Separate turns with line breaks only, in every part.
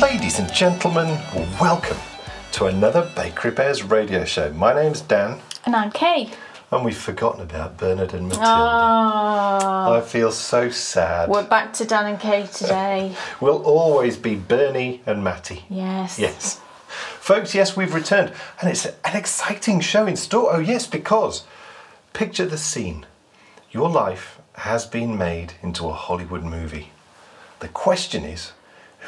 Ladies and gentlemen, welcome to another Bake Repairs radio show. My name's Dan,
And I'm Kay.
and we've forgotten about Bernard and Matilda.
Ah,
I feel so sad.
we're back to Dan and Kay today.
We'll always be Bernie and Matty.
Yes.
Yes. Folks, yes, we've returned, and it's an exciting show in store. Oh, yes, because picture the scene. Your life has been made into a Hollywood movie. The question is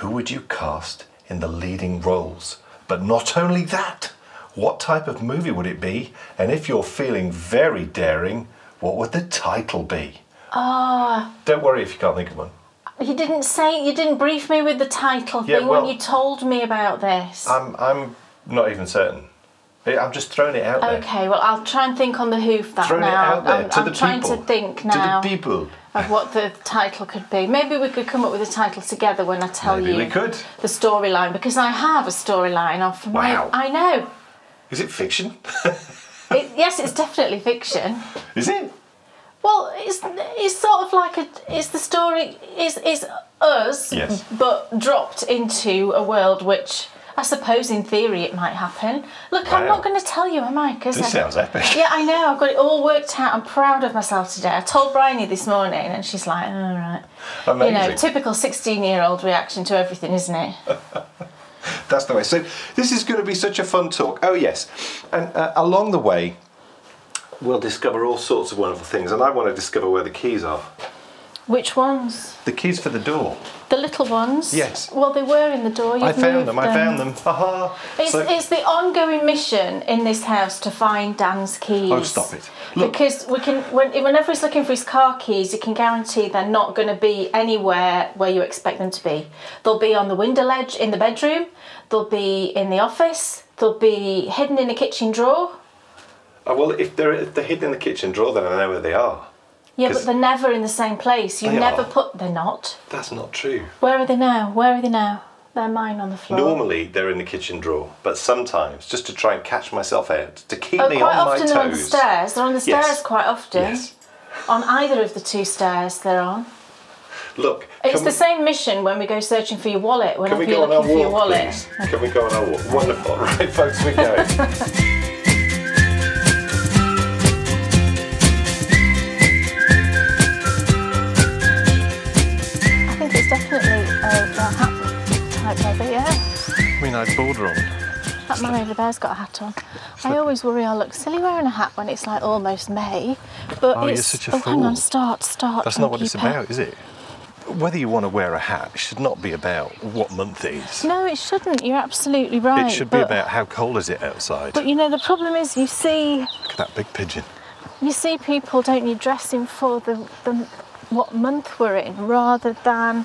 who would you cast in the leading roles? But not only that, what type of movie would it be? And if you're feeling very daring, what would the title be? Ah. Don't worry if you can't think of one.
You didn't say you didn't brief me with the title
Yeah,
thing
well-
when you told me about this.
I'm, I'm not even certain. I'm just throwing it out there.
okay, well I'll try and think on the hoof that
Throwing it
now.
out there
I'm,
to
I'm
the
trying
people.
to think
to the
now
people.
of what the title could be. Maybe we could come up with a title together when I tell
Maybe
you
we could.
the storyline because I have a storyline of my
Wow.
I know.
Is it fiction?
It, yes, it's definitely fiction.
Is it?
Well, it's it's sort of like a it's the story it's it's us
Yes.
but dropped into a world which I suppose in theory it might happen. Look, I'm
Wow.
not going to tell you, am I? Because
This sounds epic.
yeah, I know. I've got it all worked out. I'm proud of myself today. I told Bryony this morning, and she's like, "All right."
Amazing. Uh,
You know, typical 16-year-old reaction to everything, isn't it?
That's the way. So this is going to be such a fun talk. Oh yes, and uh, along the way, we'll discover all sorts of wonderful things. And I want to discover where the keys are.
Which ones?
The keys for the door.
The little ones.
Yes.
Well, they were in the door.
I
You've
found
moved
them. I found them. Haha.
It's,
So-
it's the ongoing mission in this house to find Dan's keys.
Oh, stop it. Look-
Because we can, when, whenever he's looking for his car keys, you can guarantee they're not going to be anywhere where you expect them to be. They'll be on the window ledge in the bedroom, they'll be in the office, they'll be hidden in a kitchen drawer.
Oh, well, if they're if they're hidden in the kitchen drawer, then I know where they are.
Yeah,
'Cause-
but they're never in the same place. You
They
never
are.
put. They're not.
That's not true.
Where are they now? Where are they now? They're mine on the floor.
Normally they're in the kitchen drawer, but sometimes just to try and catch myself out, to keep
Oh,
me
quite
on my
often
toes.
they're on the stairs. They're on the
Yes.
stairs quite often.
Yes.
On either of the two stairs they're on.
Look.
It's
can
the
we-
same mission when we go searching for your wallet.
Can
Whenever
we
you're
go on
looking
our
for your
walk,
wallet.
please? Can we go on our walk? Wonderful. Right, folks, we're going.
I think it's definitely a, a hat type maybe, yeah.
I mean, I border on.
That man over there's got a hat on. I always worry I look silly wearing a hat when it's like almost May. But
Oh, you're
it's
such a
oh, hang on,
fool.
start, start.
That's
and
not what it's
keep it.
about, is it? Whether you want to wear a hat should not be about what month it is.
No, it shouldn't. You're absolutely right.
it should be
but-
about how cold is it outside.
But you know the problem is you see
Look at that big pigeon.
You see people, don't you, dressing for the, the what month we're in rather than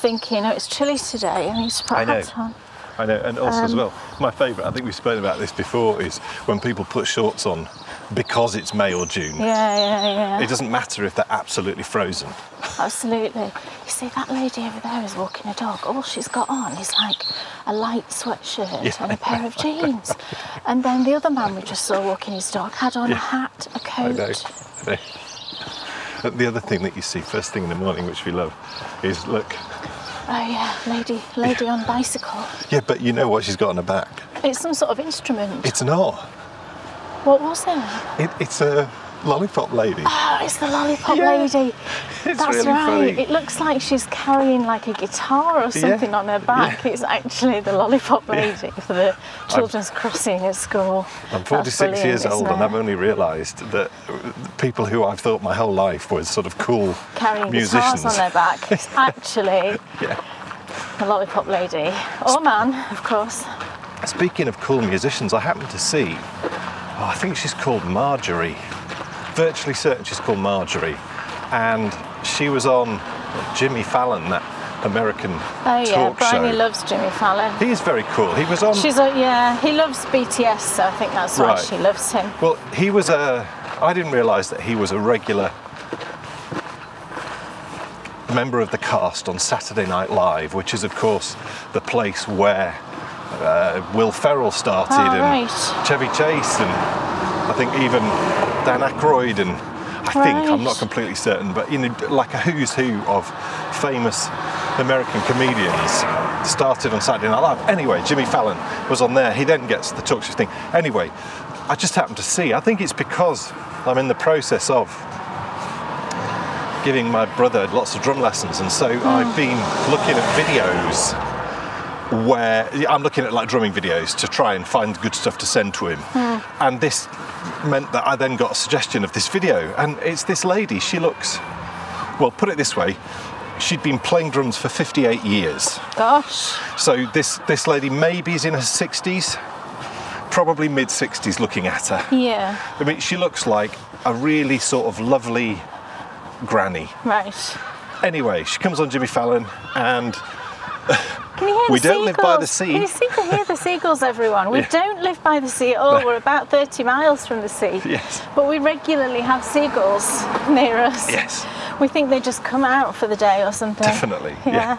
thinking, oh, it's chilly today, I need to put
I
a
know.
hat on.
I know, and also as well, my favourite, I think we've spoken about this before, is when people put shorts on because it's May or June.
Yeah, yeah, yeah.
It doesn't matter if they're absolutely frozen.
Absolutely. You see, that lady over there is walking a dog. All she's got on is like a light sweatshirt
Yeah,
and a pair of jeans. And then the other man we just saw walking his dog had on
Yeah.
a hat, a coat.
I know. I know. And The other thing that you see first thing in the morning, which we love, is look.
Oh, yeah, lady, lady on bicycle.
Yeah, but you know what she's got on her back?
It's some sort of instrument.
It's not.
what was it?
It, it's a lollipop lady.
Oh, it's the lollipop
Yeah.
lady.
It's
That's
really
right.
funny.
It looks like she's carrying like a guitar or something on her back. It's actually the lollipop lady for the children's crossing at school.
I'm
That's
46
brilliant,
years
isn't
old and
it?
I've only realised that uh, people who I've thought my whole life was sort of cool
carrying
musicians.
guitars on their back. It's actually
yeah.
the lollipop lady. Or man, of course.
Speaking of cool musicians, I happened to see, oh, I think she's called Marjorie. Virtually certain she's called Marjorie. And she was on Jimmy Fallon, that American
Oh yeah,
talk
Bryony
show.
loves Jimmy Fallon.
he is very cool. He was on.
She's a, yeah, he loves BTS, so I think that's why
Right.
she loves him.
Well, he was a. I didn't realise that he was a regular member of the cast on Saturday Night Live, which is, of course, the place where uh, Will Ferrell started
Ah,
and
right.
Chevy Chase and I think even Dan Aykroyd and I think I'm
Right.
not completely certain, but you know, like a who's who of famous American comedians started on Saturday Night Live. Anyway, Jimmy Fallon was on there. He then gets the talk show thing. Anyway, I just happened to see. I think it's because I'm in the process of giving my brother lots of drum lessons, and so I've been looking at videos where yeah, I'm looking at like drumming videos to try and find good stuff to send to him. And this meant that I then got a suggestion of this video, and it's this lady. She looks, well, put it this way, she'd been playing drums for 58 years.
Gosh.
So this this lady maybe is in her 60s, probably mid 60s. Looking at her,
Yeah.
I mean, she looks like a really sort of lovely granny.
Right.
Anyway, she comes on Jimmy Fallon and
Can you hear
We
the
don't live by the
seagulls?
sea.
You seem to hear the seagulls, everyone. We
Yeah.
don't live by the sea at all. We're about 30 miles from the sea.
Yes.
But we regularly have seagulls near us.
Yes.
We think they just come out for the day or something.
definitely, yeah.
Yeah.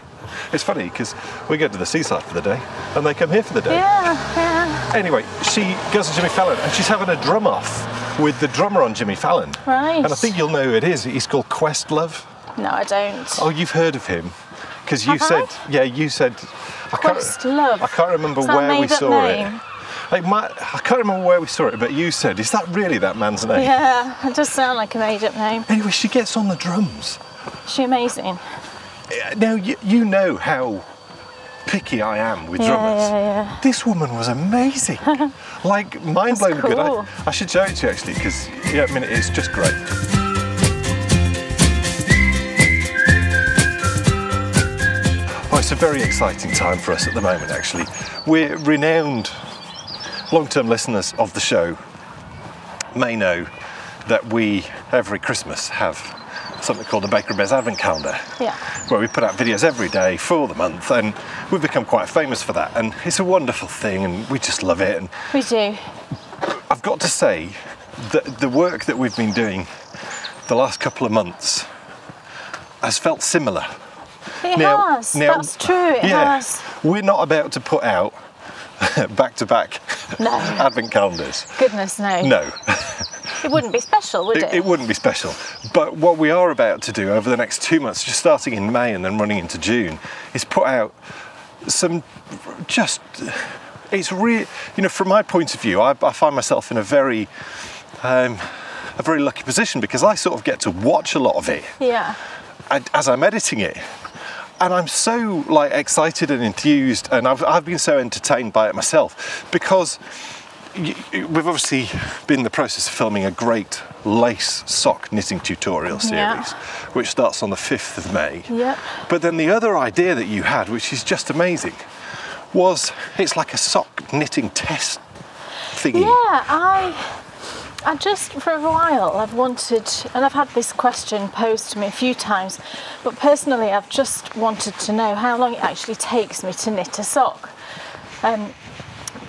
It's funny because we go to the seaside for the day and they come here for the day.
Yeah, yeah.
Anyway, she goes to Jimmy Fallon and she's having a drum off with the drummer on Jimmy Fallon.
Right.
And I think you'll know who it is. He's called Questlove.
No, I don't.
Oh, you've heard of him because you
Have I?
said, yeah, you said. I can't-
Questlove.
I can't remember
It's not a
where we
made-up
saw
name.
it. It might, I can't remember where we saw it, but you said, is that really that man's name?
Yeah, it does sound like a made up name.
Anyway, she gets on the drums.
She amazing.
Uh, Now you, you know how picky I am with
Yeah,
drummers.
yeah, yeah.
This woman was amazing, like mind blowing good.
cool.
I, I should show it to you actually because yeah, I mean it's just great. Oh, it's a very exciting time for us at the moment. Actually, we're renowned long-term listeners of the show may know that we every Christmas have something called the Baker and Bears Advent Calendar.
Yeah.
Where we put out videos every day for the month, and we've become quite famous for that. And it's a wonderful thing, and we just love it. And
We do.
I've got to say that the work that we've been doing the last couple of months has felt similar.
It
Now-
has.
now-
That's true. It
yeah,
has.
We're not about to put out back to back
No.
advent calendars.
Goodness, no.
No.
It wouldn't be special, would it?
It, it wouldn't be special. But what we are about to do over the next two months, just starting in May and then running into June, is put out some just. It's really, you know, from my point of view, I, I find myself in a very, um, a very lucky position because I sort of get to watch a lot of it
Yeah.
and- as I'm editing it. And I'm so like excited and enthused, and I've, I've been so entertained by it myself because y- y- we've obviously been in the process of filming a great lace sock knitting tutorial series,
Yeah.
which starts on the 5th of May.
Yep.
But then the other idea that you had, which is just amazing, was it's like a sock knitting test thingy.
Yeah, I I just for a while I've wanted and I've had this question posed to me a few times, but personally I've just wanted to know how long it actually takes me to knit a sock. Um,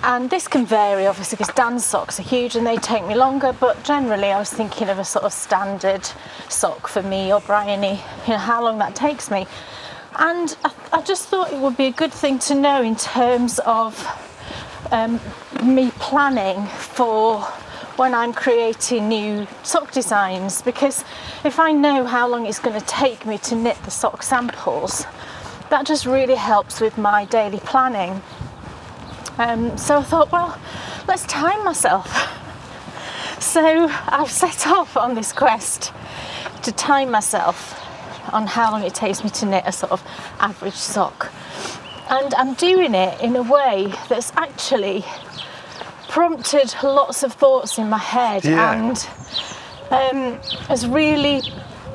and this can vary obviously because Dan socks are huge and they take me longer, but generally I was thinking of a sort of standard sock for me or Bryony, you know, how long that takes me. And I, I just thought it would be a good thing to know in terms of um, me planning for when I'm creating new sock designs because if I know how long it's going to take me to knit the sock samples, that just really helps with my daily planning. Um, so I thought, well, let's time myself. So I've set off on this quest to time myself on how long it takes me to knit a sort of average sock and I'm doing it in a way that's actually prompted lots of thoughts in my head
Yeah.
and um, has really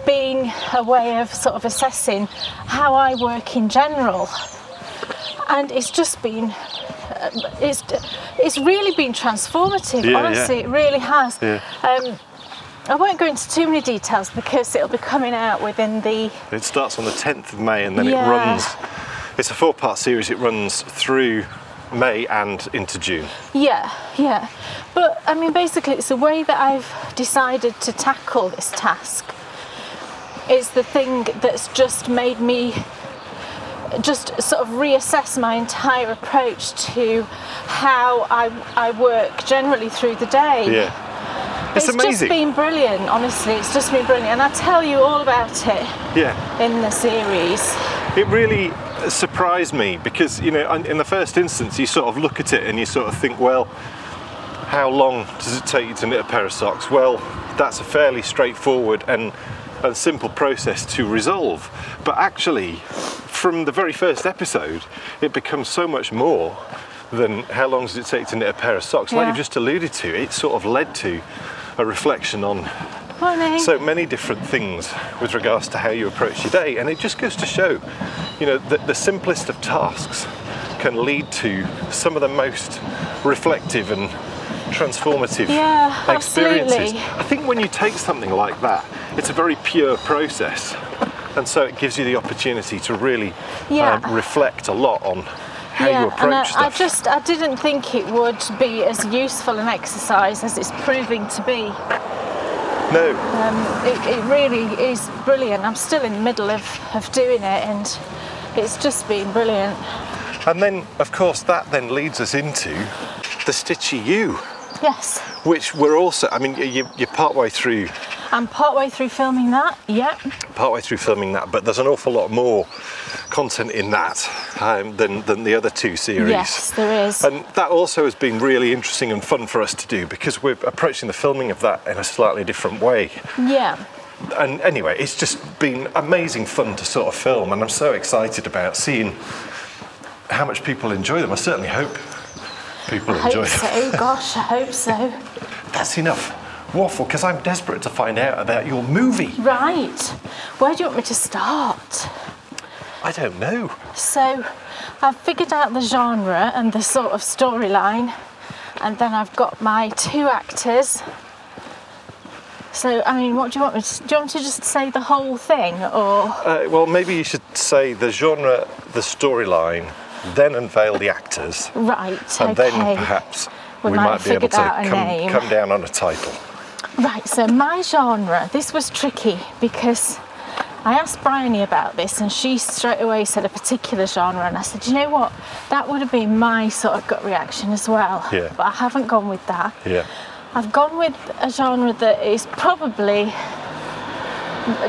been a way of sort of assessing how I work in general. And it's just been, uh, it's, it's really been transformative,
Yeah, yeah.
honestly, it really has.
Yeah.
Um, I won't go into too many details because it'll be coming out within the
It starts on the 10th of May and then
Yeah.
it runs. It's a four part series, it runs through May and into June.
Yeah, yeah. But I mean, basically, it's the way that I've decided to tackle this task is the thing that's just made me just sort of reassess my entire approach to how I, I work generally through the day.
Yeah. It's,
just
amazing.
been brilliant, honestly. It's just been brilliant. And I tell you all about it
yeah.
in the series.
it really surprised me because you know in in the first instance you sort of look at it and you sort of think well how long does it take you to knit a pair of socks well that's a fairly straightforward and and simple process to resolve but actually from the very first episode it becomes so much more than how long does it take to knit a pair of socks like
Yeah.
you've just alluded to it sort of led to a reflection on
Morning.
so many different things with regards to how you approach your day and it just goes to show you know that the simplest of tasks can lead to some of the most reflective and transformative
Yeah,
experiences
absolutely.
i think when you take something like that it's a very pure process and so it gives you the opportunity to really
Yeah.
um, reflect a lot on how you approach
and I,
stuff
I just I didn't think it would be as useful an exercise as it's proving to be.
no
It, it really is brilliant. I'm still in the middle of, of doing it, and it's just been brilliant.
and then of course that then leads us into the stitchy you
Yes,
which we're also i mean you, you're partway through
I'm partway through filming that. Yep.
partway through filming that but there's an awful lot more content in that um, than, than the other two series
Yes, there is.
and that also has been really interesting and fun for us to do because we're approaching the filming of that in a slightly different way
Yeah.
and anyway it's just been amazing fun to sort of film and i'm so excited about seeing how much people enjoy them i certainly hope people
I
enjoy
hope
them
so. Gosh, I hope so.
that's enough waffle because i'm desperate to find out about your movie
Right. Where do you want me to start?
i don't know
So I've figured out the genre and the sort of storyline, and then I've got my two actors. So I mean, what do you want me to do? You want me to just say the whole thing, or
Uh, well, maybe you should say the genre, the storyline, then unveil the actors,
right?
and
okay.
then perhaps
We
we,
might
might
have
be able
figured
to
out a
come,
name.
come down on a title.
Right, so my genre, this was tricky because I asked Bryony about this and she straight away said a particular genre. And I said, you know what, that would have been my sort of gut reaction as well.
Yeah.
But I haven't gone with that.
Yeah.
I've gone with a genre that is probably,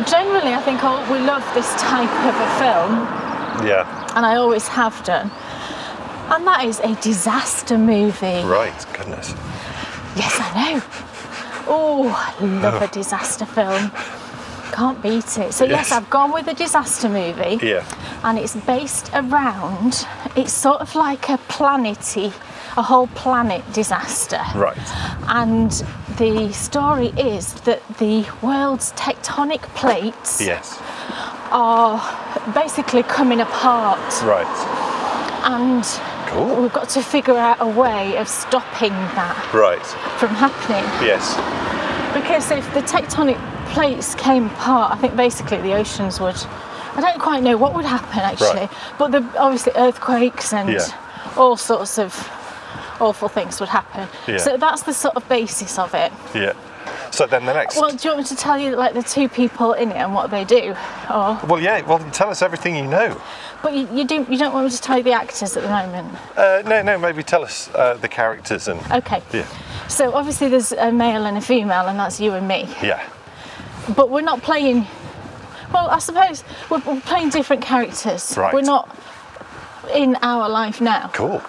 generally, I think all, we love this type of a film,
Yeah.
and I always have done. And that is a disaster movie.
Right. Goodness.
Yes, I know. Oh, I love a disaster film. Can't beat it. So, yes,
Yes.
I've gone with a disaster movie.
Yeah.
And it's based around, it's sort of like a planety, a whole planet disaster.
Right.
And the story is that the world's tectonic plates
Yes.
are basically coming apart.
Right.
And
Cool.
we've got to figure out a way of stopping that
Right.
from happening.
Yes.
Because if the tectonic plates came apart, I think basically the oceans would. I don't quite know what would happen actually,
Right.
but the, obviously earthquakes and
Yeah.
all sorts of awful things would happen.
Yeah.
So that's the sort of basis of it.
Yeah. So then the next.
Well,
Well,
do you want me to tell you like the two people in it and what they do, or?
yeah. Well, tell us everything you know.
But you, you do you don't want me to tell you the actors at the moment.
Uh, no, no. Maybe tell us uh, the characters and.
Okay.
Yeah.
So obviously there's a male and a female, and that's you and me.
Yeah.
but we're not playing. Well, I suppose we're, we're playing different characters.
Right.
We're not in our life now.
Cool.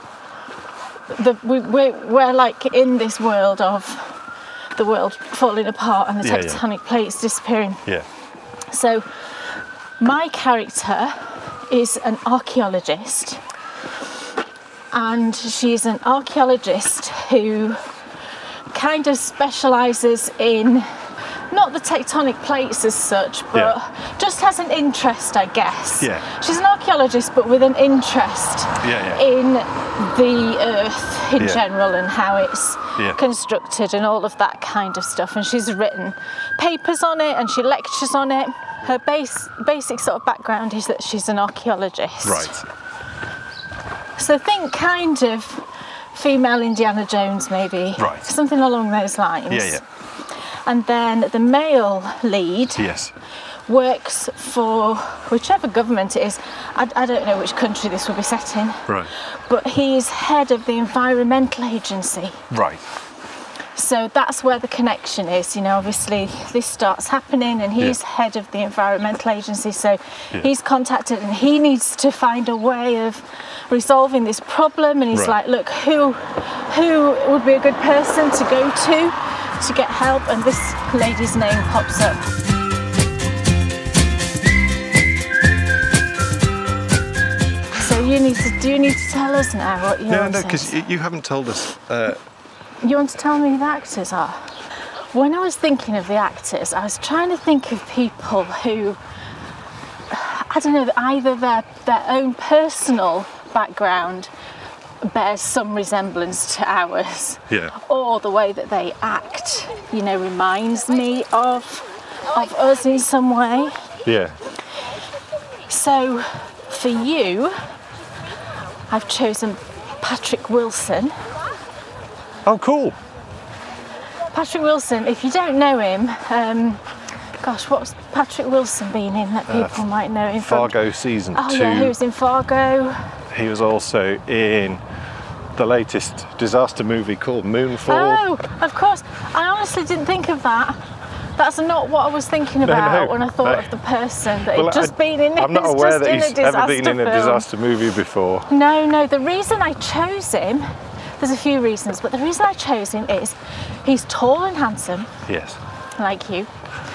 The, we, we're, we're like in this world of the world falling apart and the
Yeah, yeah.
tectonic plates disappearing.
Yeah.
So, my character is an archaeologist, and she's an archaeologist who kind of specialises in not the tectonic plates as such, but just has an interest, I guess.
Yeah.
She's an archaeologist, but with an interest
Yeah, yeah.
in the earth in
Yeah.
general and how it's
Yeah.
constructed and all of that kind of stuff. And she's written papers on it and she lectures on it. Her base, basic sort of background is that she's an archaeologist.
Right.
So think kind of female Indiana Jones, maybe.
Right.
Something along those lines.
Yeah. Yeah.
And then the male lead
Yes.
works for whichever government it is. I, I don't know which country this will be set in.
Right.
But he's head of the environmental agency.
Right.
So that's where the connection is. You know, obviously this starts happening, and he's
Yeah.
head of the environmental agency, so
Yeah.
he's contacted, and he needs to find a way of resolving this problem. And he's
Right.
like, look, who who would be a good person to go to to get help? And this lady's name pops up. So you need to do you need to tell us now what your
No, no,
sense
because you haven't told us. Uh,
you want to tell me who the actors are? When I was thinking of the actors, I was trying to think of people who, I don't know, either their, their own personal background bears some resemblance to ours,
Yeah.
or the way that they act, you know, reminds me of, of us in some way.
yeah.
So for you, I've chosen Patrick Wilson.
Oh, cool.
Patrick Wilson, if you don't know him, um, gosh, what's Patrick Wilson been in that people might know him from?
Uh, Fargo season
Oh,
two.
yeah, he was in Fargo.
He was also in the latest disaster movie called Moonfall.
Oh, of course. I honestly didn't think of that. That's not what I was thinking about
no,
when I thought
no.
of the person that
Well,
had just
I-
been in it.
I'm not
He's
aware
just
that
in
he's
a
ever been in a
film.
disaster movie before.
No, no. The reason I chose him, there's a few reasons, but the reason I chose him is he's tall and handsome,
Yes,
like you.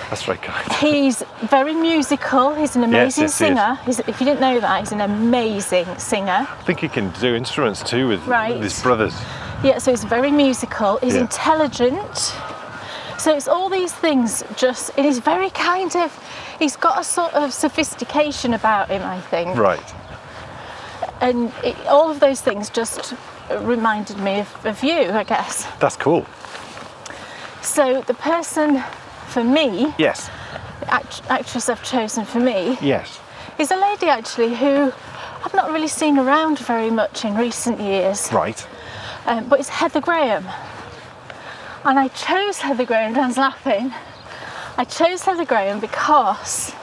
that's very kind.
He's very musical. He's an
Yes,
amazing
yes, he is.
singer. He's, if you didn't know that, he's an amazing singer.
I think he can do instruments too with,
Right.
with his brothers.
Yeah, so he's very musical. He's
Yeah.
intelligent. So it's all these things. Just and he's very kind of. He's got a sort of sophistication about him, I think.
Right.
And it, all of those things just reminded me of, of you, I guess.
That's cool.
So the person for me,
Yes.
act- actress I've chosen for me,
Yes.
is a lady actually who I've not really seen around very much in recent years,
Right.
um, but it's Heather Graham. And I chose Heather Graham, Dan's laughing. I chose Heather Graham because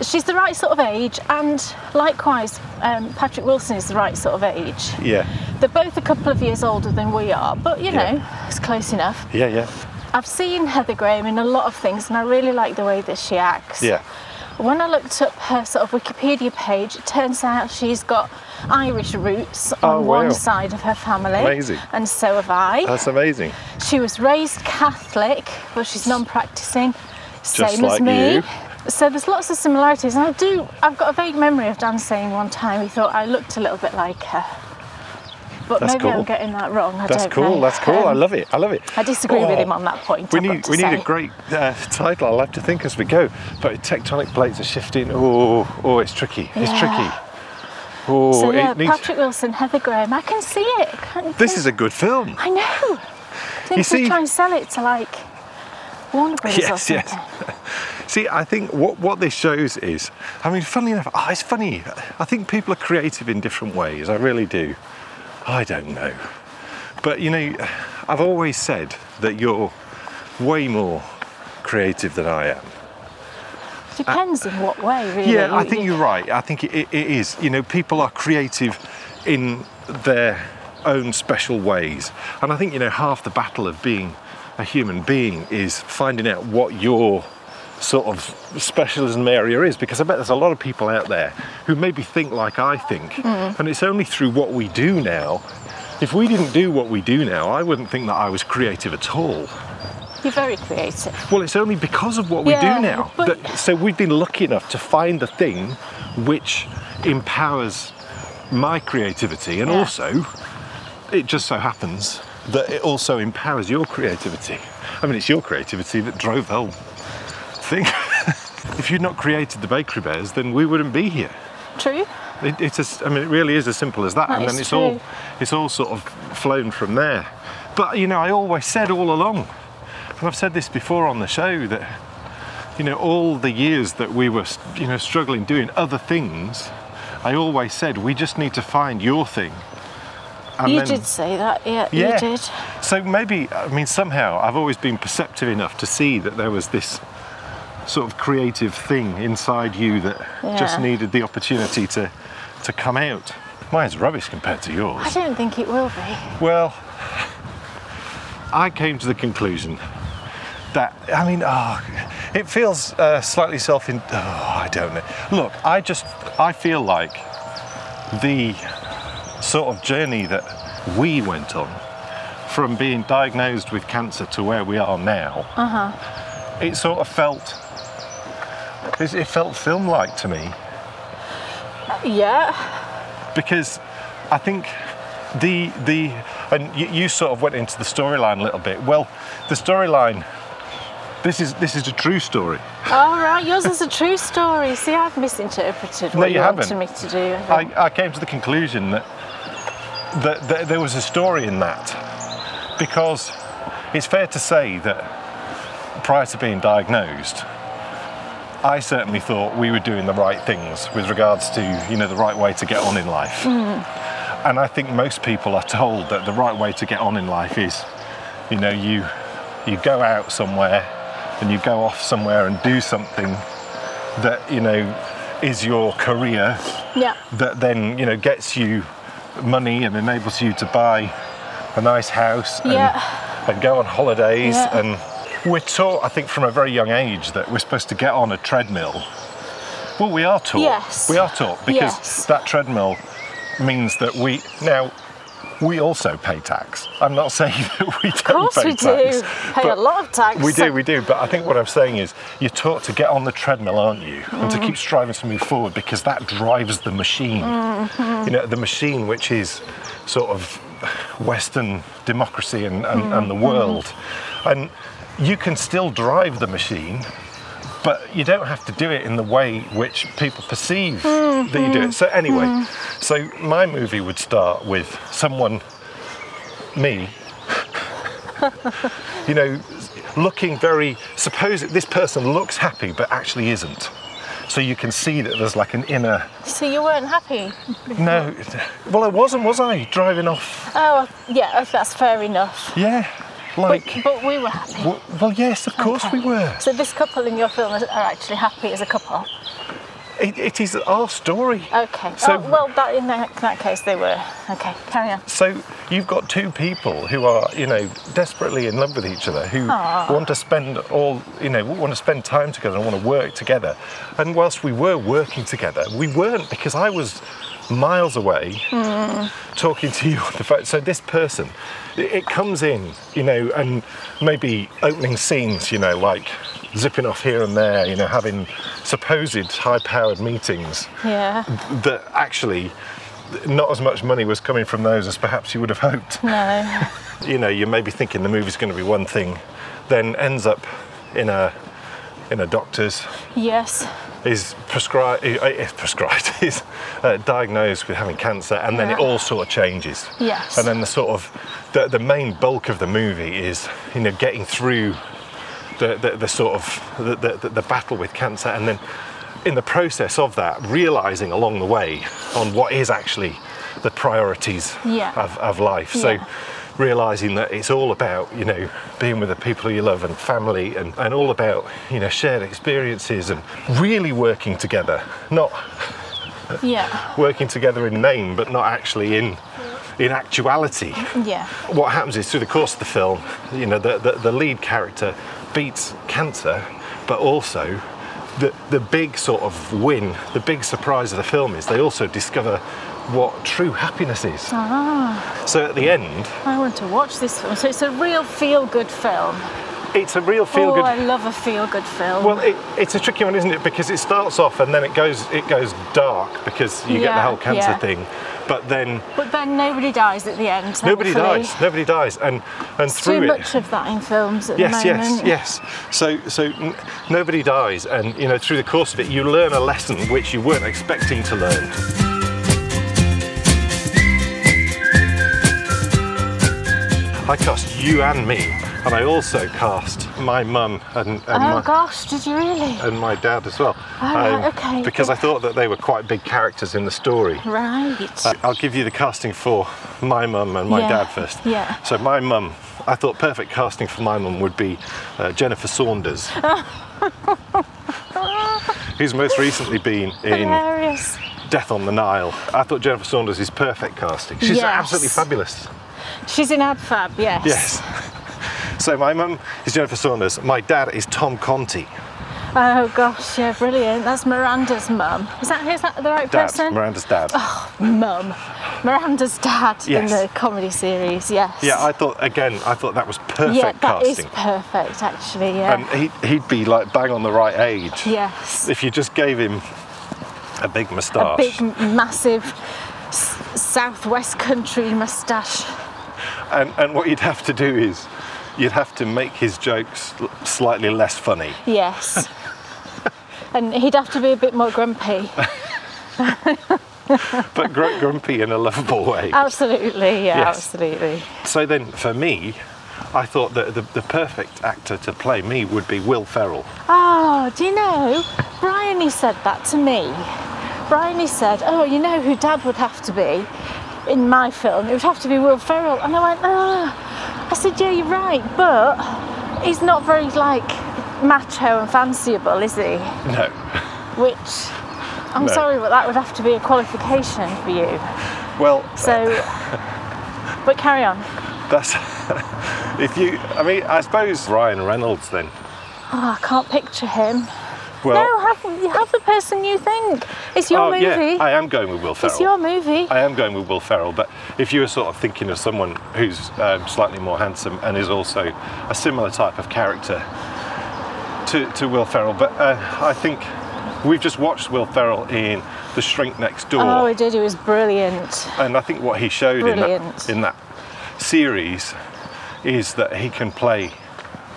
she's the right sort of age, and likewise, um, Patrick Wilson is the right sort of age.
Yeah.
They're both a couple of years older than we are, but you
Yeah.
know, it's close enough.
Yeah, yeah.
I've seen Heather Graham in a lot of things, and I really like the way that she acts.
Yeah.
When I looked up her sort of Wikipedia page, it turns out she's got Irish roots on
Oh, wow.
one side of her family.
Amazing. Uh,
And so have I.
That's amazing.
she was raised Catholic, but she's non practicing, same
Just
as
like
me.
you.
So there's lots of similarities, and I do. I've got a vague memory of Dan saying one time he thought I looked a little bit like her, but
That's
maybe
cool.
I'm getting that wrong. I
That's
don't
cool.
know.
That's cool. I
Um,
love it. I love it.
I disagree with
Oh.
him on that point.
We
I've got
need
to
we need a
say.
great uh, title. I'll have to think as we go. But tectonic plates are shifting. Oh, oh, it's tricky. It's
Yeah.
tricky. Oh,
So
it
yeah,
needs-
Patrick Wilson, Heather Graham. I can see it. Can't you
This
think?
is a good film.
I know. Didn't
You see-
try and sell it to like Warner Brothers or
Yes,
something?
yes. See, I think what, what this shows is, I mean, funnily enough, ah, it's funny. I think people are creative in different ways. I really do. I don't know. But, you know, I've always said that you're way more creative than I am.
Depends in what way, really.
Yeah, I
You-
think
you-
you're right. I think it, it is. You know, people are creative in their own special ways. And I think, you know, half the battle of being a human being is finding out what your sort of specialism area is because I bet there's a lot of people out there who maybe think like I think. And it's only through what we do now. If we didn't do what we do now, I wouldn't think that I was creative at all.
You're very creative.
Well, it's only because of what we
Yeah,
do now.
but-
that, so we've been lucky enough to find the thing which empowers my creativity, and
Yeah.
also it just so happens that it also empowers your creativity. I mean, it's your creativity that drove the whole thing. if you'd not created the Bakery Bears, then we wouldn't be here.
True.
It, it's as, I mean, it really is as simple as that,
That
and
is
then it's
true.
all it's all sort of flown from there. But you know, I always said all along, and I've said this before on the show that you know all the years that we were you know struggling doing other things, I always said we just need to find your thing. And
you
then-
did say that. Yeah,
yeah.
you did.
So maybe, I mean, somehow I've always been perceptive enough to see that there was this sort of creative thing inside you that just
Yeah.
needed the opportunity to, to come out. Mine's rubbish compared to
I
yours.
don't think it will be.
Well, I came to the conclusion that I mean, ah, it feels uh, slightly self. In- oh, I don't know. Look, I just I feel like the sort of journey that we went on from being diagnosed with cancer to where we are now. It sort of felt. It it felt film-like to me
Yeah.
because I think the the and you, you sort of went into the storyline a little bit. Well, the storyline. This is this is a true story.
All right. Yours is a true story. See, I've misinterpreted
No,
what
you
you, wanted
haven't.
me to do.
I, I came to the conclusion that, that that there was a story in that because it's fair to say that prior to being diagnosed. I certainly thought we were doing the right things with regards to, you know, the right way to get on in life. And I think most people are told that the right way to get on in life is, you know, you you go out somewhere and you go off somewhere and do something that, you know, is your career
yeah.
that then, you know, gets you money and enables you to buy a nice house and,
Yeah.
and go on holidays
Yeah.
and we're taught, I think, from a very young age that we're supposed to get on a treadmill. Well, we are taught.
Yes.
We are taught because
Yes.
that treadmill means that we now we also pay tax. I'm not saying that we don't
Of course
pay
we
tax,
do. Pay a
but
lot of tax.
We do, we do. But I think what I'm saying is you're taught to get on the treadmill, aren't you? And to keep striving to move forward because that drives the machine. You know, the machine which is sort of Western democracy and, and, and the world. And you can still drive the machine. But you don't have to do it in the way which people perceive that you do it. So, anyway, so my movie would start with someone, me, you know, looking very. Suppose this person looks happy but actually isn't. So you can see that there's like an inner.
So you weren't happy.
No, well, I wasn't, was I? Driving off.
Oh, yeah. That's fair enough.
Yeah,
But,
like.
but we were happy.
w- well, yes, of course we were.
So this couple in your film is- are actually happy as a couple.
It, it is our story.
Okay.
So-
oh, well, that in that, that case they were. Okay. Carry on.
So you've got two people who are, you know, desperately in love with each other, who
Aw.
want to spend all, you know, want to spend time together and want to work together. And whilst we were working together, we weren't because I was miles away talking to you on the phone. So this person, it, it comes in, you know, and maybe opening scenes, you know, like zipping off here and there, you know, having supposed high-powered meetings
Yeah.
that actually not as much money was coming from those as perhaps you would have hoped.
No.
You know, you may be thinking the movie's going to be one thing, then ends up in a in a doctor's
yes.
is prescribed is prescribed is uh, diagnosed with having cancer, and then it
Yeah.
all sort of changes.
Yes.
And then the sort of the, the main bulk of the movie is you know getting through the the, the sort of the, the the battle with cancer, and then in the process of that, realizing along the way on what is actually the priorities
Yeah.
of, of life. So.
Yeah.
Realizing that it's all about you know being with the people you love and family and, and all about you know shared experiences and really working together, not
Yeah.
working together in name but not actually in in actuality
Yeah.
what happens is through the course of the film, you know, the, the, the lead character beats cancer, but also the, the big sort of win, the big surprise of the film is they also discover what true happiness is.
Ah.
So at the end,
I want to watch this film. So it's a real feel-good film.
it's a real feel
oh,
good.
I love a feel-good film.
Well, it, it's a tricky one, isn't it? Because it starts off and then it goes it goes dark because you get the
Yeah,
whole cancer
yeah.
thing, but then
but then nobody dies at the end.
nobody
thankfully.
dies, nobody dies, and and through
Too
it.
much of that in films at
Yes,
the
yes,
moment.
yes. So, so n- nobody dies, and you know, through the course of it, you learn a lesson which you weren't expecting to learn. I cast you and me, and I also cast my mum and, and
Oh
my.
gosh, did you really?
And my dad as well, Um,
right, okay.
because I thought that they were quite big characters in the story.
Right.
Uh, I'll give you the casting for my mum and my
Yeah,
dad first.
yeah.
So my mum, I thought perfect casting for my mum would be uh, Jennifer Saunders, who's most recently been in
Hilarious.
Death on the Nile. I thought Jennifer Saunders is perfect casting. She's
Yes.
absolutely fabulous.
She's in Adfab, yes.
Yes. So my mum is Jennifer Saunders. My dad is Tom Conti.
Oh gosh, yeah, brilliant. That's Miranda's mum. Is that is that the right
Dad.
person? Oh,
Miranda's dad.
mum. Miranda's dad
Yes.
in the comedy series. Yes.
Yeah, I thought again. I thought that was perfect
yeah, that is
casting. Um,
perfect actually. Yeah.
and he he'd be like bang on the right age.
yes.
If you just gave him a big
A
moustache.
big, massive s- Southwest Country moustache.
And, and what you'd have to do is you'd have to make his jokes l- slightly less funny.
Yes. and he'd have to be a bit more grumpy.
but gr- grumpy in a lovable way.
Uh, Absolutely. Yeah.
Yes.
Absolutely.
So then, for me, I thought that the, the perfect actor to play me would be Will Ferrell.
Oh, do you know? Bryony said that to me. Bryony said, Oh, you know who dad would have to be in my film? It would have to be Will Ferrell. And I went, Ah. I said, Yeah, you're right, but he's not very like macho and fanciable, is he?
No.
Which I'm
No.
sorry, but that would have to be a qualification for you.
Well,
So, but carry on.
that's if you. I mean, I suppose Ryan Reynolds then.
Oh, I can't picture him.
Well,
no, have, have the person you think. It's your
oh
movie.
yeah, I am going with Will Ferrell.
it's your movie.
I am going with Will Ferrell, but if you were sort of thinking of someone who's um, slightly more handsome and is also a similar type of character to, to Will Ferrell, but uh, I think we've just watched Will Ferrell in The Shrink Next Door,
Oh, he did. He was brilliant.
and I think what he showed in that,
Brilliant.
in that series is that he can play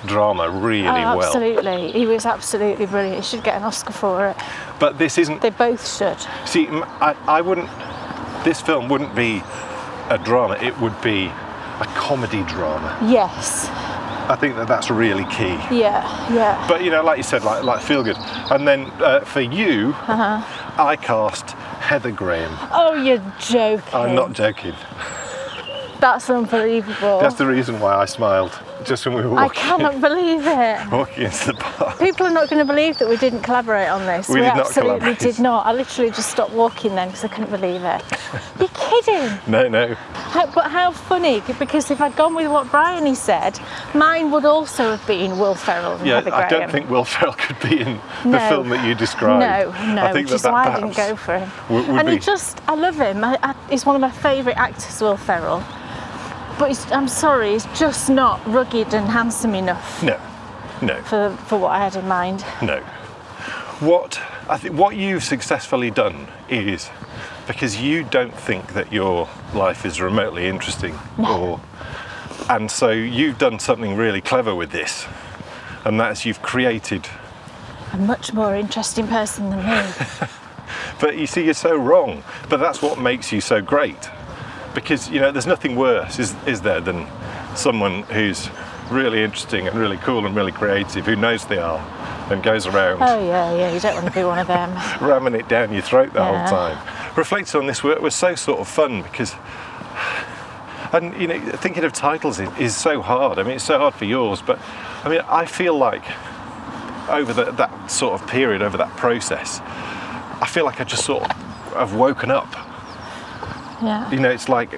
drama really
oh,
well.
absolutely. He was absolutely brilliant. He should get an Oscar for it.
But this isn't
They both should.
See, m- I, I wouldn't. This film wouldn't be a drama. It would be a comedy drama.
Yes.
I think that that's really key.
Yeah. Yeah.
But you know, like you said, like like feel good. And then uh, for you,
Uh-huh.
I cast Heather Graham.
oh, you're joking.
I'm not joking.
That's unbelievable.
That's the reason why I smiled just when we were
I
walking,
cannot believe it.
walking into the park.
People are not going to believe that we didn't collaborate on this.
We did not
absolutely
collaborate.
did not. I literally just stopped walking then because I couldn't believe it. You're kidding.
No, no.
How, but how funny, because if I'd gone with what Bryony said, mine would also have been Will Ferrell and
Yeah,
Heather
I
Graham.
don't think Will Ferrell could be in the
No.
film that you described.
No, no,
I think
which
that
is why I
that
didn't
perhaps
go for him.
would- would
and
be-
he just, I love him. I, I, he's one of my favourite actors, Will Ferrell. But he's, I'm sorry, he's just not rugged and handsome enough
No, no.
for, for what I had in mind.
No. What I think what you've successfully done is because you don't think that your life is remotely interesting or and so you've done something really clever with this. And that's you've created
A much more interesting person than me.
but you see you're so wrong. But that's what makes you so great. Because you know there's nothing worse is is there than someone who's really interesting and really cool and really creative who knows they are and goes around
oh, yeah, yeah, you don't want to be one of them.
ramming it down your throat the
Yeah.
whole time. Reflecting on this work was so sort of fun because, and you know, thinking of titles is, is so hard. I mean, it's so hard for yours, but I mean, I feel like over the, that sort of period, over that process, I feel like I just sort of have woken up.
Yeah.
You know, it's like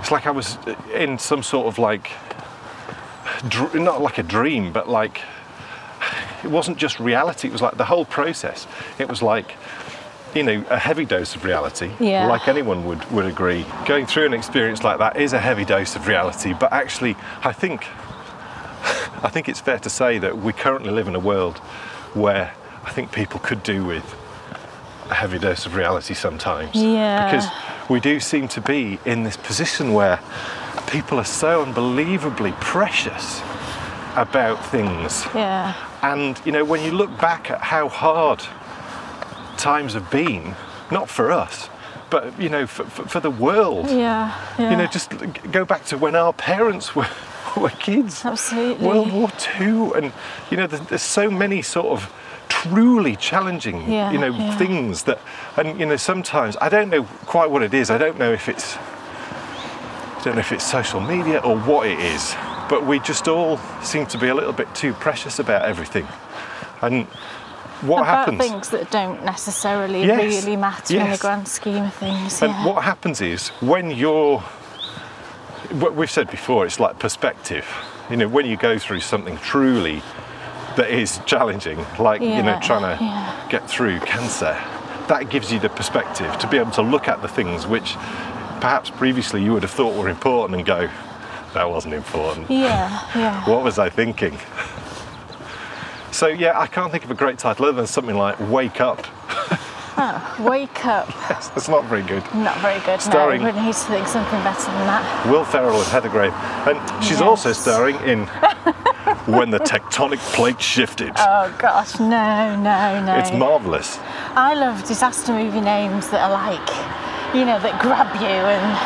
it's like I was in some sort of like dr- not like a dream, but like it wasn't just reality. It was like the whole process. It was like you know a heavy dose of reality.
Yeah.
Like anyone would would agree, going through an experience like that is a heavy dose of reality. But actually, I think I think it's fair to say that we currently live in a world where I think people could do with a heavy dose of reality sometimes.
Yeah.
Because we do seem to be in this position where people are so unbelievably precious about things.
Yeah.
And you know, when you look back at how hard times have been, not for us, but you know, for, for, for the world.
Yeah. yeah.
You know, just l- g- go back to when our parents were, were kids.
Absolutely.
World War Two, and you know, there's, there's so many sort of truly challenging,
Yeah,
you know,
yeah.
things that, and you know, sometimes I don't know quite what it is. I don't know if it's, I don't know if it's social media or what it is, but we just all seem to be a little bit too precious about everything, and what
about
happens?
things that don't necessarily
Yes,
really matter in the
yes.
grand scheme of things.
And
yeah.
what happens is when you're, what we've said before, it's like perspective. You know, when you go through something truly that is challenging, like you know,
Yeah,
trying to
yeah.
get through cancer, that gives you the perspective to be able to look at the things which perhaps previously you would have thought were important and go, that wasn't important.
Yeah, yeah.
What was I thinking? So yeah, I can't think of a great title other than something like "Wake Up."
Wake up.
That's not very good.
Not very good.
Starring-
No, we need to think something better than that.
Will Ferrell and Heather Graham, and she's also
Yes.
starring in "When the Tectonic Plate Shifted."
Oh gosh, no, no, no.
It's marvelous.
I love disaster movie names that are like, you know, that grab you and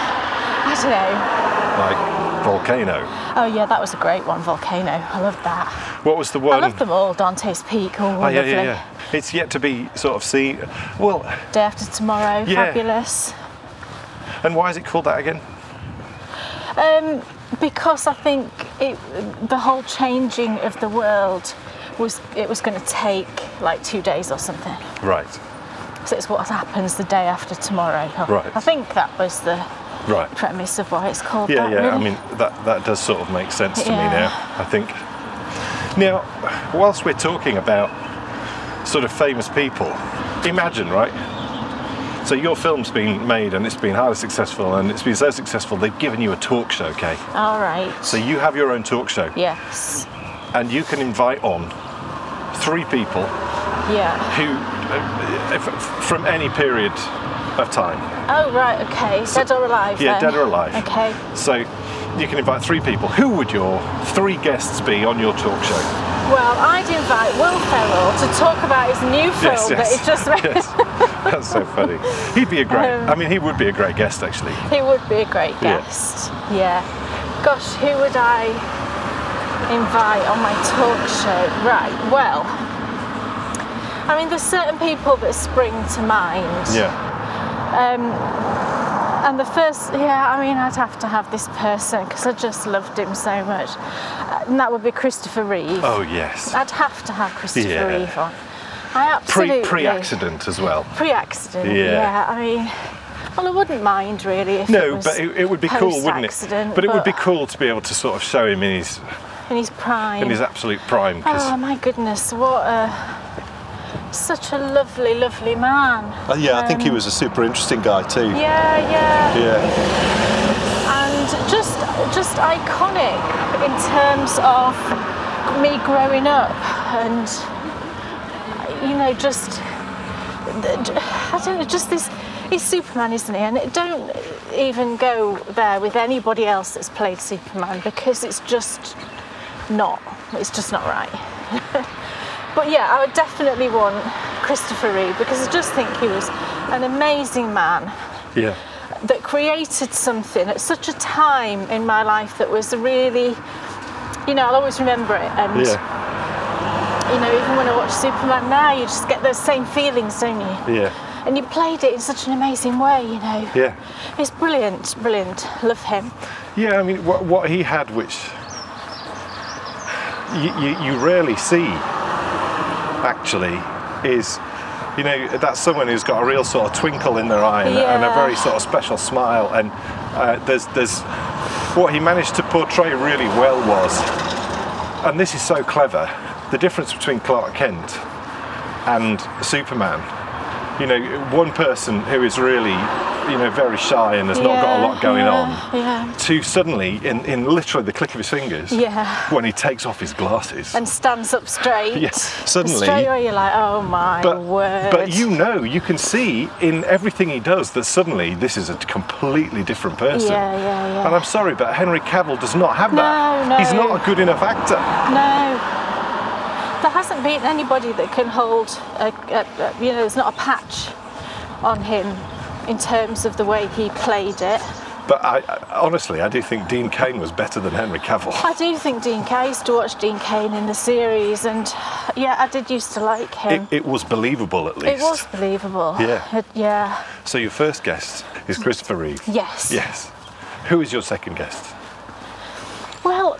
I don't know.
Like Volcano.
Oh yeah, that was a great one, Volcano. I loved that.
What was the
I
one?
love them all. Dante's Peak, all
Oh, yeah,
lovely.
yeah, yeah. It's yet to be sort of seen. Well,
Day After Tomorrow,
Yeah.
fabulous.
and why is it called that again?
Um, because I think it, the whole changing of the world was it was going to take like two days or something.
Right,
So it's what happens the day after tomorrow. I-
Right.
I think that was the
right.
premise of why it's called
Yeah,
that.
yeah. I
really.
mean, that that does sort of make sense to
Yeah.
me now. I think. Now, whilst we're talking about sort of famous people, imagine, right? So your film's been made and it's been highly successful, and it's been so successful they've given you a talk show, okay?
All right.
So you have your own talk show,
yes.
and you can invite on three people
Yeah.
who, uh, if, from any period of time.
Oh right. Okay. dead or alive?
Yeah,
then.
dead or alive.
Okay.
So you can invite three people. Who would your three guests be on your talk show?
Well, I'd invite Will Ferrell to talk about his new film that he just made.
Yes. That's so funny. He'd be a great.
Um,
I mean, he would be a great guest actually.
He would be a great
Yeah.
guest. Yeah. Gosh, who would I invite on my talk show? Right. Well, I mean, there's certain people that spring to mind.
Yeah.
Um, and the first, yeah, I mean, I'd have to have this person because I just loved him so much, Uh, and that would be Christopher Reeve.
Oh yes.
I'd have to have Christopher
Yeah.
Reeve on. I absolutely
Pre pre accident as well.
Pre-accident.
Yeah.
Yeah. I mean, well, I wouldn't mind really if it
No,
was
but it, it would be cool, wouldn't it?
post-accident,
But it would be cool to be able to sort of show him in his
in his prime.
in his absolute prime. 'cause-
oh my goodness, what a such a lovely, lovely man.
Uh, yeah, I think he was a super interesting guy too.
Yeah, um, yeah.
Yeah.
and just just iconic in terms of me growing up and you know just I don't know just this he's Superman isn't he and it don't even go there with anybody else that's played Superman because it's just not it's just not right but yeah I would definitely want Christopher Reeve because I just think he was an amazing man
yeah.
that created something at such a time in my life that was really, you know, I'll always remember it. And,
Yeah.
you know, even when I watch Superman now, you just get those same feelings, don't you?
Yeah.
And you played it in such an amazing way, you know.
Yeah.
It's brilliant, brilliant. Love him.
Yeah. I mean, what what he had, which you, you, you rarely see actually is you know that's someone who's got a real sort of twinkle in their eye and, a- and a
Yeah.
very sort of special smile and uh, there's there's what he managed to portray really well was and this is so clever the difference between Clark Kent and Superman you know one person who is really you know very shy and has not got a
Yeah,
lot going
yeah,
on
yeah.
to suddenly in, in literally the click of his fingers
Yeah.
when he takes off his glasses
And stands up straight.
Yeah, suddenly-
Straight away, you're like, oh my
but,
word.
but you know, you can see in everything he does that suddenly this is a completely different person.
Yeah, yeah, yeah.
And I'm sorry, but Henry Cavill does not have that.
No, no.
He's not a good enough actor.
No. There hasn't been anybody that can hold, a, a- a- you know, there's not a patch on him in terms of the way he played it.
But I, I- honestly, I do think Dean Kane was better than Henry Cavill.
I do think Dean Kane, I used to watch Dean Kane in the series, and yeah, I did used to like
It,
him.
it was believable at
It,
least.
was believable.
Yeah.
It- yeah.
So your first guest is Christopher Reeve.
Yes.
Yes. Who is your second guest?
Well,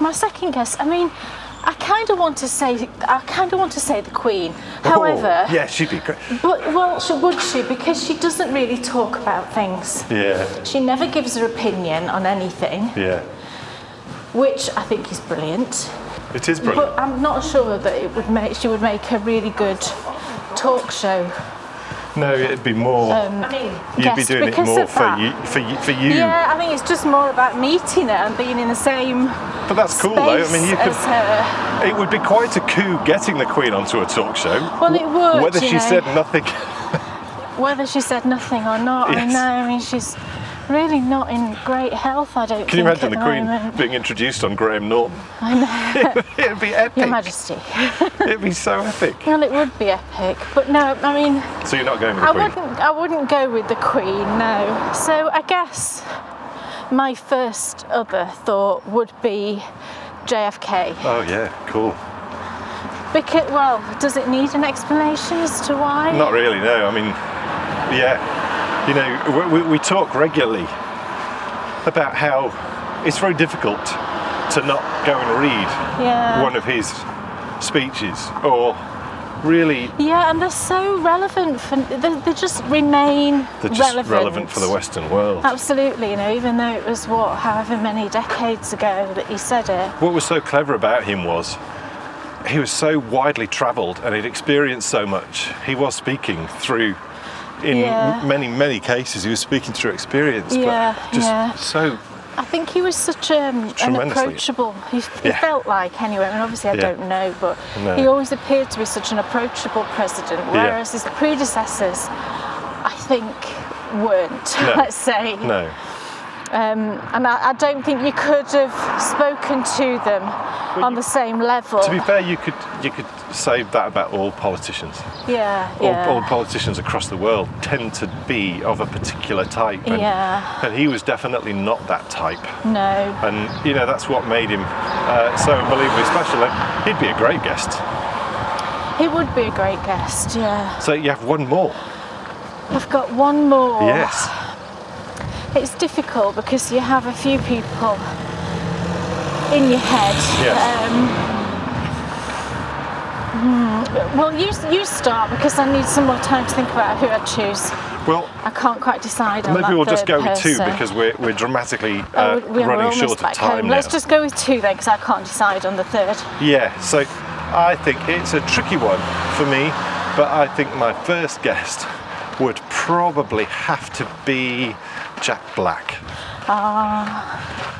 my second guess, I mean, I kind of want to say, I kind of want to say the Queen. However,
Oh, yeah, she'd be great.
but well, she, would she? Because she doesn't really talk about things.
Yeah,
She never gives her opinion on anything.
yeah.
which I think is brilliant.
It is brilliant.
But I'm not sure that it would make she would make a really good talk show.
no, it'd be more.
I mean,
you'd be
guest
doing it
Um, because
more
of
for
that.
you, for you, for you.
Yeah, I think it's just more about meeting her and being in the same
But that's cool,
space
though. I mean, you could.
as her.
It would be quite a coup getting the Queen onto a talk show.
Well, it would,
Whether
you
she
know.
said nothing.
Whether she said nothing or not,
Yes.
I know. I mean, she's really not in great health. I don't.
Can you
think,
imagine
at
the
the
Queen
moment.
being introduced on Graham Norton? It'd be epic.
Your Majesty.
It'd be so epic.
Well, it would be epic, but no. I mean,
So you're not going with the
I
Queen?
wouldn't. I wouldn't go with the Queen. No. So I guess my first other thought would be JFK.
Oh yeah, cool.
Because, well, does it need an explanation as to why?
Not really. No, I mean, yeah. You know, we, we, we talk regularly about how it's very difficult to not go and read
Yeah.
one of his speeches or really
Yeah, and they're so relevant. For, they, they just remain
they're just
relevant.
relevant. for the Western world.
Absolutely, you know, even though it was what, however many decades ago that he said it.
What was so clever about him was he was so widely travelled and he'd experienced so much. He was speaking through, in
Yeah.
many, many cases, he was speaking through experience,
Yeah,
but just
yeah.
so
I think he was such um, an
Tremendously.
approachable. He, he
Yeah.
felt like anyway. I mean, obviously I
Yeah.
don't know, but
No.
he always appeared to be such an approachable president, whereas his predecessors, I think, weren't.
No.
Let's say.
No.
Um, and I, I don't think you could have spoken to them on the same level.
To be fair, you could you could say that about all politicians.
yeah, yeah.
All, all politicians across the world tend to be of a particular type, and,
Yeah.
and he was definitely not that type.
no.
And you know that's what made him uh, so unbelievably special. And he'd be a great guest.
He would be a great guest, yeah.
So you have one more.
I've got one more.
Yes.
It's difficult because you have a few people in your head.
Yes.
Um, hmm, well, you, you start because I need some more time to think about who I'd choose.
Well,
I can't quite decide on that
maybe we'll just
third
go with two
person.
because we're, we're dramatically
Oh,
uh,
we- we're
running
almost
short of
back
time
home.
now.
Let's just go with two then, because I can't decide on the third.
Yeah, so I think it's a tricky one for me, but I think my first guest would probably have to be Jack Black.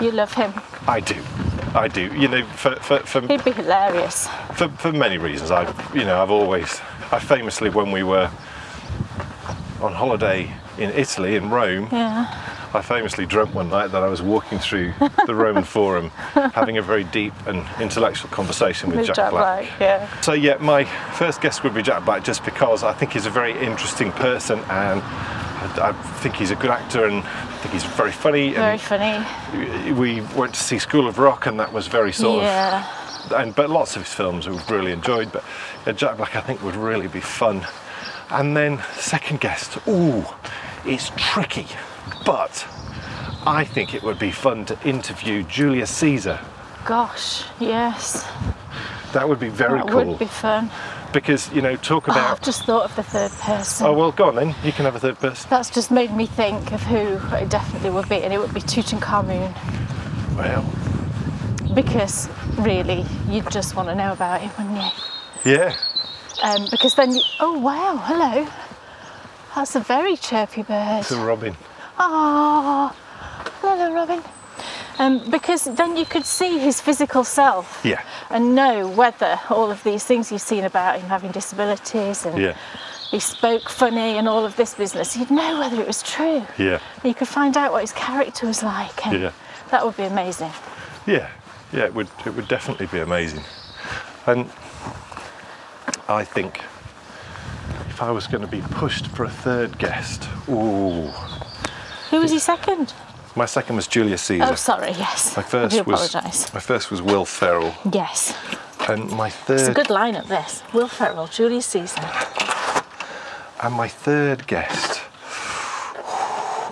You love him.
I do. I do. You know, for, for, for,
He'd be hilarious.
for, for many reasons. I, you know, I've always, I famously, when we were on holiday in Italy, in Rome,
Yeah.
I famously dreamt one night that I was walking through the Roman Forum, having a very deep and intellectual conversation with,
With
Jack,
Jack
Black.
Black, yeah.
So yeah, my first guest would be Jack Black, just because I think he's a very interesting person, and I, I think he's a good actor, and I think he's very funny.
Very
And
funny.
we went to see School of Rock, and that was very sort
yeah.
of, and but lots of his films we've really enjoyed. But yeah, Jack Black, I think, would really be fun. And then second guest, ooh, it's tricky, but I think it would be fun to interview Julius Caesar.
Gosh, yes.
That would be very
That
cool
would be fun.
because you know talk
Oh,
about
I've just thought of the third person.
Oh well, go on then. You can have a third person.
That's just made me think of who it definitely would be, and it would be Tutankhamun,
Well,
because really, you'd just want to know about him, wouldn't you?
yeah.
Um, because then, you, oh wow, hello. That's a very chirpy bird.
To Robin.
Ah, hello, Robin. Um, because then you could see his physical self
Yeah.
and know whether all of these things you've seen about him having disabilities and
Yeah.
he spoke funny and all of this business, you'd know whether it was true.
Yeah.
You could find out what his character was like. And
Yeah.
That would be amazing.
Yeah. Yeah. It would. It would definitely be amazing. And I think if I was going to be pushed for a third guest, ooh,
Who was he second?
my second was Julius Caesar.
Oh, sorry, yes.
my first
I do
was
apologise.
my first was Will Ferrell,
Yes.
and my
It's a
third
good lineup, this. Will Ferrell, Julius Caesar.
and my third guest.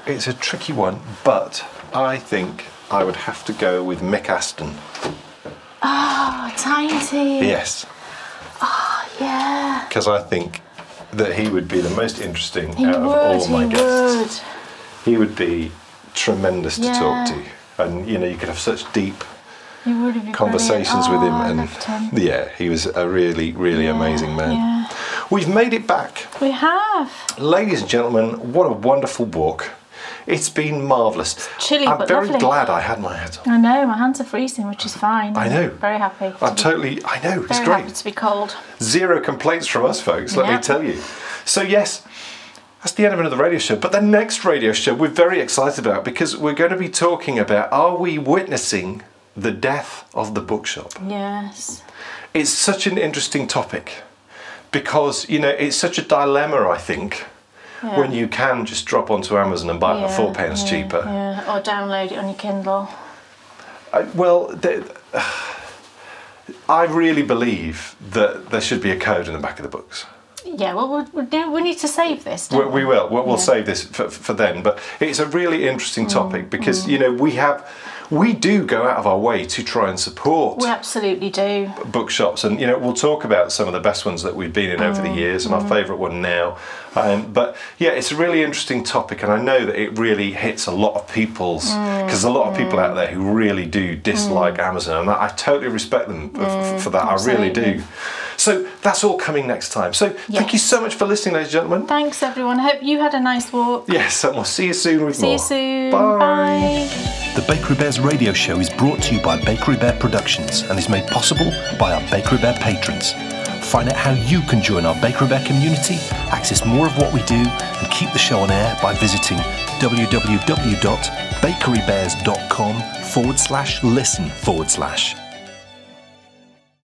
It's a tricky one, but I think I would have to go with Mick Aston.
Oh, Tiny.
Yes.
yeah.
because I think that he would be the most interesting
He
out
would,
of all
he
my guests.
would.
He would be tremendous to talk
Yeah.
to, and you know you could have such deep
You would have been
conversations with
brilliant.
him,
Oh, I
and
loved him.
yeah, he was a really, really amazing man.
yeah.
We've made it back,
We have.
ladies and gentlemen. What a wonderful walk! It's been marvellous.
chilly,
I'm
but
very
lovely.
glad I had my hat on.
I know my hands are freezing, which is fine.
I know.
Very happy.
I'm totally. I know it's
Very happy
great.
to be cold.
Zero complaints from us, folks, let
Yeah.
me tell you. So, yes, that's the end of another radio show. But the next radio show we're very excited about because we're going to be talking about are we witnessing the death of the bookshop?
Yes.
It's such an interesting topic because, you know, it's such a dilemma, I think,
Yeah.
when you can just drop onto Amazon and buy it for
Yeah,
four pounds
yeah,
cheaper.
Yeah, or download it on your Kindle.
I, well, the, I really believe that there should be a code in the back of the books.
Yeah, well, we'll- we'll do, we need to save this.
We,
Don't
we will. We'll, we'll
Yeah.
save this for, for then. But it's a really interesting
Mm,
topic because you know we have, we do go out of our way to try and support
we absolutely do.
bookshops, and you know we'll talk about some of the best ones that we've been in over the
Mm,
years, and our favourite one now. Um, but yeah, it's a really interesting topic, and I know that it really hits a lot of people's
Mm,
because a lot of people out there who really do dislike Amazon, and I, I totally respect them f- f- for that. I really
Mm, absolutely.
do. So that's all coming next time. So thank you
Yes.
so much for listening, ladies and gentlemen.
Thanks, everyone. Hope you had a nice walk.
Yes, and we'll see you soon with
See
more.
you soon.
Bye.
Bye.
The Bakery Bears radio show is brought to you by Bakery Bear Productions and is made possible by our Bakery Bear patrons. Find out how you can join our Bakery Bear community, access more of what we do, and keep the show on air by visiting www.bakerybears.com forward slash listen forward slash.